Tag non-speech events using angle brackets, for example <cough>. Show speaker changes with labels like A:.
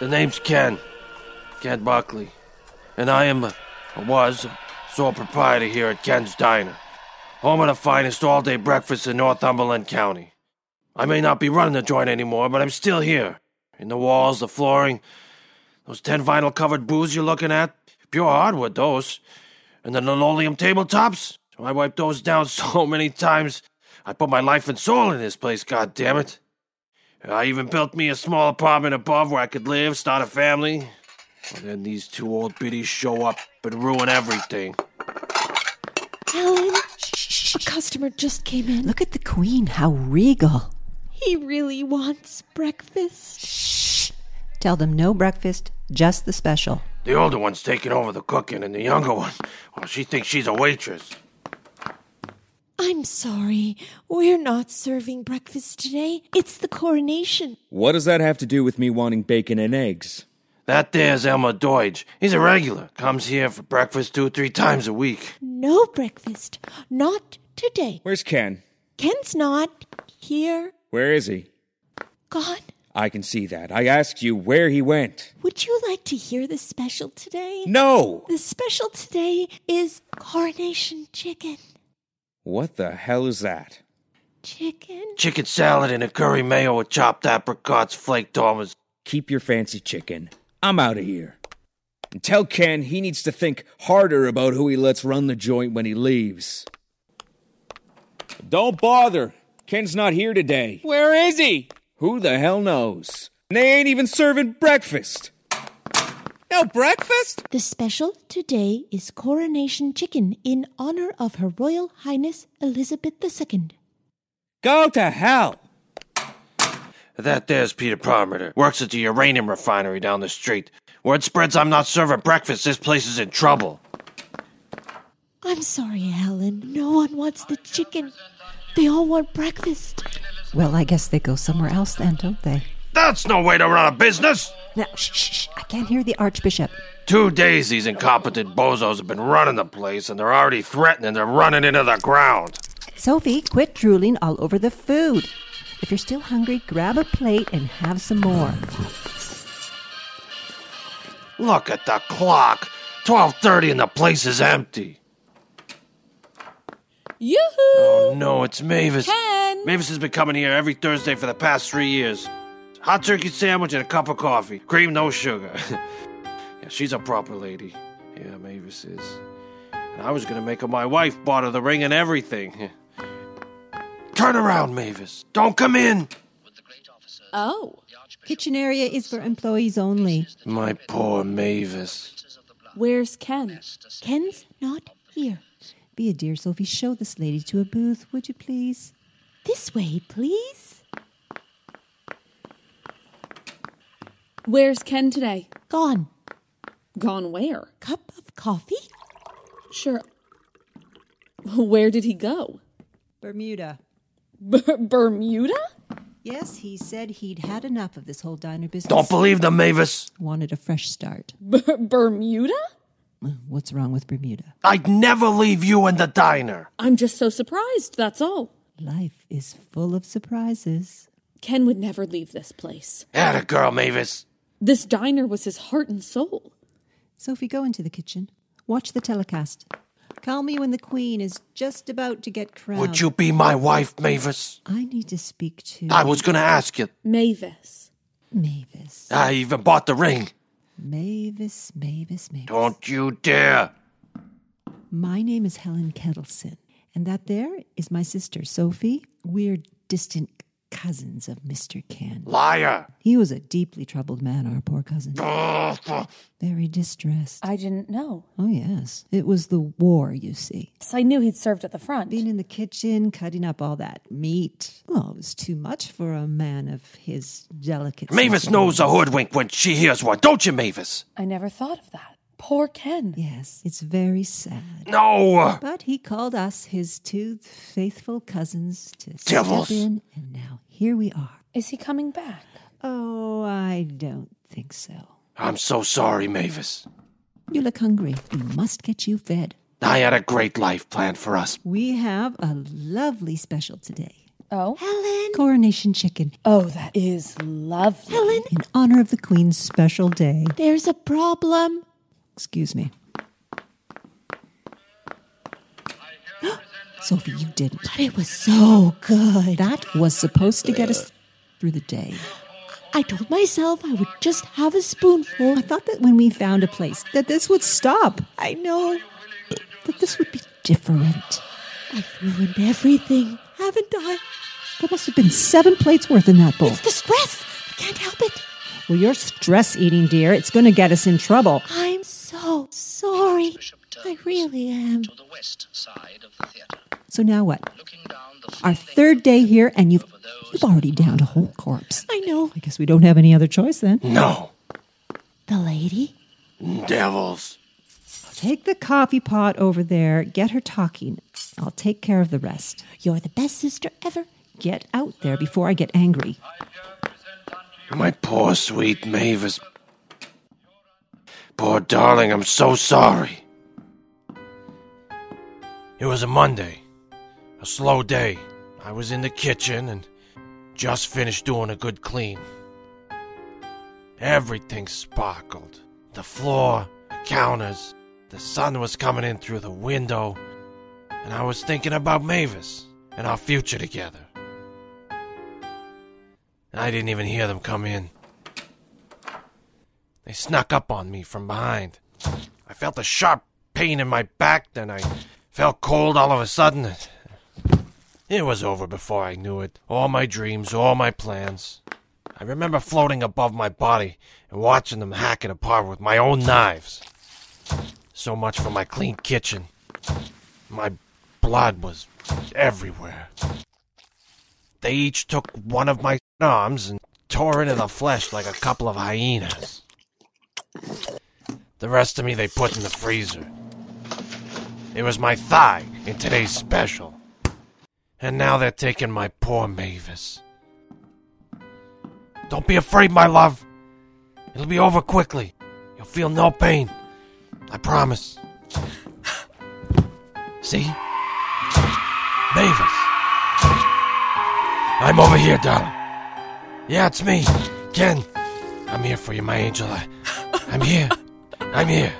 A: The name's Ken. Ken Buckley. And I am, a, was, sole proprietor here at Ken's Diner, home of the finest all day breakfast in Northumberland County. I may not be running the joint anymore, but I'm still here. In the walls, the flooring, those ten vinyl covered booths you're looking at, pure hardwood, those. And the linoleum tabletops, I wiped those down <laughs> so many times. I put my life and soul in this place, God damn it. I even built me a small apartment above where I could live, start a family. But then these two old biddies show up and ruin everything.
B: Helen, a customer just came in.
C: Look at the queen, how regal.
B: He really wants breakfast.
C: Tell them no breakfast, just the special.
A: The older one's taking over the cooking, and the younger one, well, she thinks she's a waitress.
B: I'm sorry, we're not serving breakfast today. It's the coronation.
D: What does that have to do with me wanting bacon and eggs?
A: That there's Elmer Deutsch. He's a regular. Comes here for breakfast two, three times a week.
B: No breakfast. Not today.
D: Where's Ken?
B: Ken's not here.
D: Where is he?
B: God,
D: I can see that. I asked you where he went.
B: would you like to hear the special today?
D: No!
B: The special today is coronation chicken.
D: What the hell is that?
B: Chicken?
A: Chicken salad and a curry mayo with chopped apricots, flaked almonds.
D: Keep your fancy chicken. I'm out of here. And tell Ken he needs to think harder about who he lets run the joint when he leaves. Don't bother. Ken's not here today.
E: Where is he?
D: Who the hell knows? And they ain't even serving breakfast.
E: No breakfast?
B: The special today is coronation chicken in honor of Her Royal Highness Elizabeth II.
D: Go to hell.
A: That there's Peter Parmiter. Works at the uranium refinery down the street. Word spreads I'm not serving breakfast. This place is in trouble.
B: I'm sorry, Helen. No one wants the chicken. They all want breakfast.
C: Well, I guess they go somewhere else then, don't they?
A: That's no way to run a business!
C: Now, shh, shh, shh, I can't hear the Archbishop.
A: Two days these incompetent bozos have been running the place, and they're already threatening to run it into the ground.
C: Sophie, quit drooling all over the food. If you're still hungry, grab a plate and have some more.
A: Look at the clock. 12:30 and the place is empty.
E: Yoo-hoo!
A: Oh no, it's Mavis.
E: Ken!
A: Mavis has been coming here every Thursday for the past 3 years. Hot turkey sandwich and a cup of coffee. Cream no sugar. <laughs> yeah, she's a proper lady. Yeah, Mavis is. And I was going to make her my wife, bought her the ring and everything. <laughs> Turn around, Mavis. Don't come in.
E: Oh,
C: Kitchen area is for employees only.
A: My poor Mavis.
E: where's Ken?
B: Ken's not here.
C: Be a dear, Sophie. Show this lady to a booth, would you please?
B: This way, please.
E: Where's Ken today?
B: Gone.
E: Gone where?
B: Cup of coffee?
E: Sure. Where did he go?
C: Bermuda.
E: B- Bermuda?
C: Yes, he said he'd had enough of this whole diner business.
A: Don't believe them, Mavis.
C: Wanted a fresh start.
E: B- Bermuda?
C: What's wrong with Bermuda?
A: I'd never leave you in the diner.
E: I'm just so surprised, that's all.
C: Life is full of surprises.
E: Ken would never leave this place.
A: Atta girl, Mavis.
E: This diner was his heart and soul.
C: Sophie, go into the kitchen. Watch the telecast. Call me when the Queen is just about to get crowned.
A: Would you be my wife, Mavis?
C: I need to speak to
A: I was going to ask you.
E: Mavis.
C: Mavis.
A: I even bought the ring.
C: Mavis, Mavis, Mavis.
A: Don't you dare.
C: My name is Helen Kettleson, and that there is my sister, Sophie. We're distant cousins of Mr. Ken.
A: Liar.
C: He was a deeply troubled man, our poor cousin.
A: Ugh.
C: Very distressed.
F: I didn't know.
C: Oh, yes. It was the war, you see.
F: So I knew he'd served at the front.
C: Being in the kitchen, cutting up all that meat. Well, it was too much for a man of his delicate.
A: Mavis knows a hoodwink when she hears one, don't you, Mavis?
F: I never thought of that. Poor Ken.
C: Yes, it's very sad.
A: No.
C: But he called us his two faithful cousins to
A: Devils.
C: step in, and now here we are.
F: Is he coming back?
C: Oh, I don't think so.
A: I'm so sorry, Mavis.
C: You look hungry. We must get you fed.
A: I had a great life planned for us.
C: We have a lovely special today
F: Oh.
B: Helen,
C: coronation chicken
F: Oh, that is lovely.
B: Helen,
C: in honor of the Queen's special day.
B: there's a problem.
C: Excuse me. <gasps> Sophie, you didn't.
B: But it was so good.
C: That was supposed to get us through the day.
B: I told myself I would just have a spoonful.
C: I thought that when we found a place that this would stop,
B: I know.
C: that this would be different.
B: I've ruined everything, haven't I?
C: There must have been seven plates worth in that bowl.
B: It's the stress. I can't help it.
C: Well, you're stress eating, dear. It's going to get us in trouble.
B: I'm so sorry. I really am.
G: the west side of the theatre,
C: So now what?
G: looking down the
C: Our third day here, and you've you've already downed a whole corpse.
B: I know.
C: I guess we don't have any other choice then.
A: No.
B: The lady?
A: Devils.
C: Take the coffee pot over there. Get her talking. I'll take care of the rest.
B: You're the best sister ever.
C: Get out there before I get angry.
A: My poor sweet Mavis. Poor darling, I'm so sorry. It was a Monday, a slow day. I was in the kitchen and just finished doing a good clean. Everything sparkled the floor, the counters, the sun was coming in through the window, and I was thinking about Mavis and our future together. And I didn't even hear them come in. They snuck up on me from behind. I felt a sharp pain in my back, then I felt cold all of a sudden. It was over before I knew it. All my dreams, all my plans. I remember floating above my body and watching them hack it apart with my own knives. So much for my clean kitchen. My blood was everywhere. They each took one of my arms and tore into the flesh like a couple of hyenas. The rest of me they put in the freezer. It was my thigh in today's special. And now they're taking my poor Mavis. Don't be afraid, my love. It'll be over quickly. You'll feel no pain. I promise. See? Mavis. I'm over here, darling. Yeah, it's me, Ken. I'm here for you, my angel. I, I'm here. I'm here.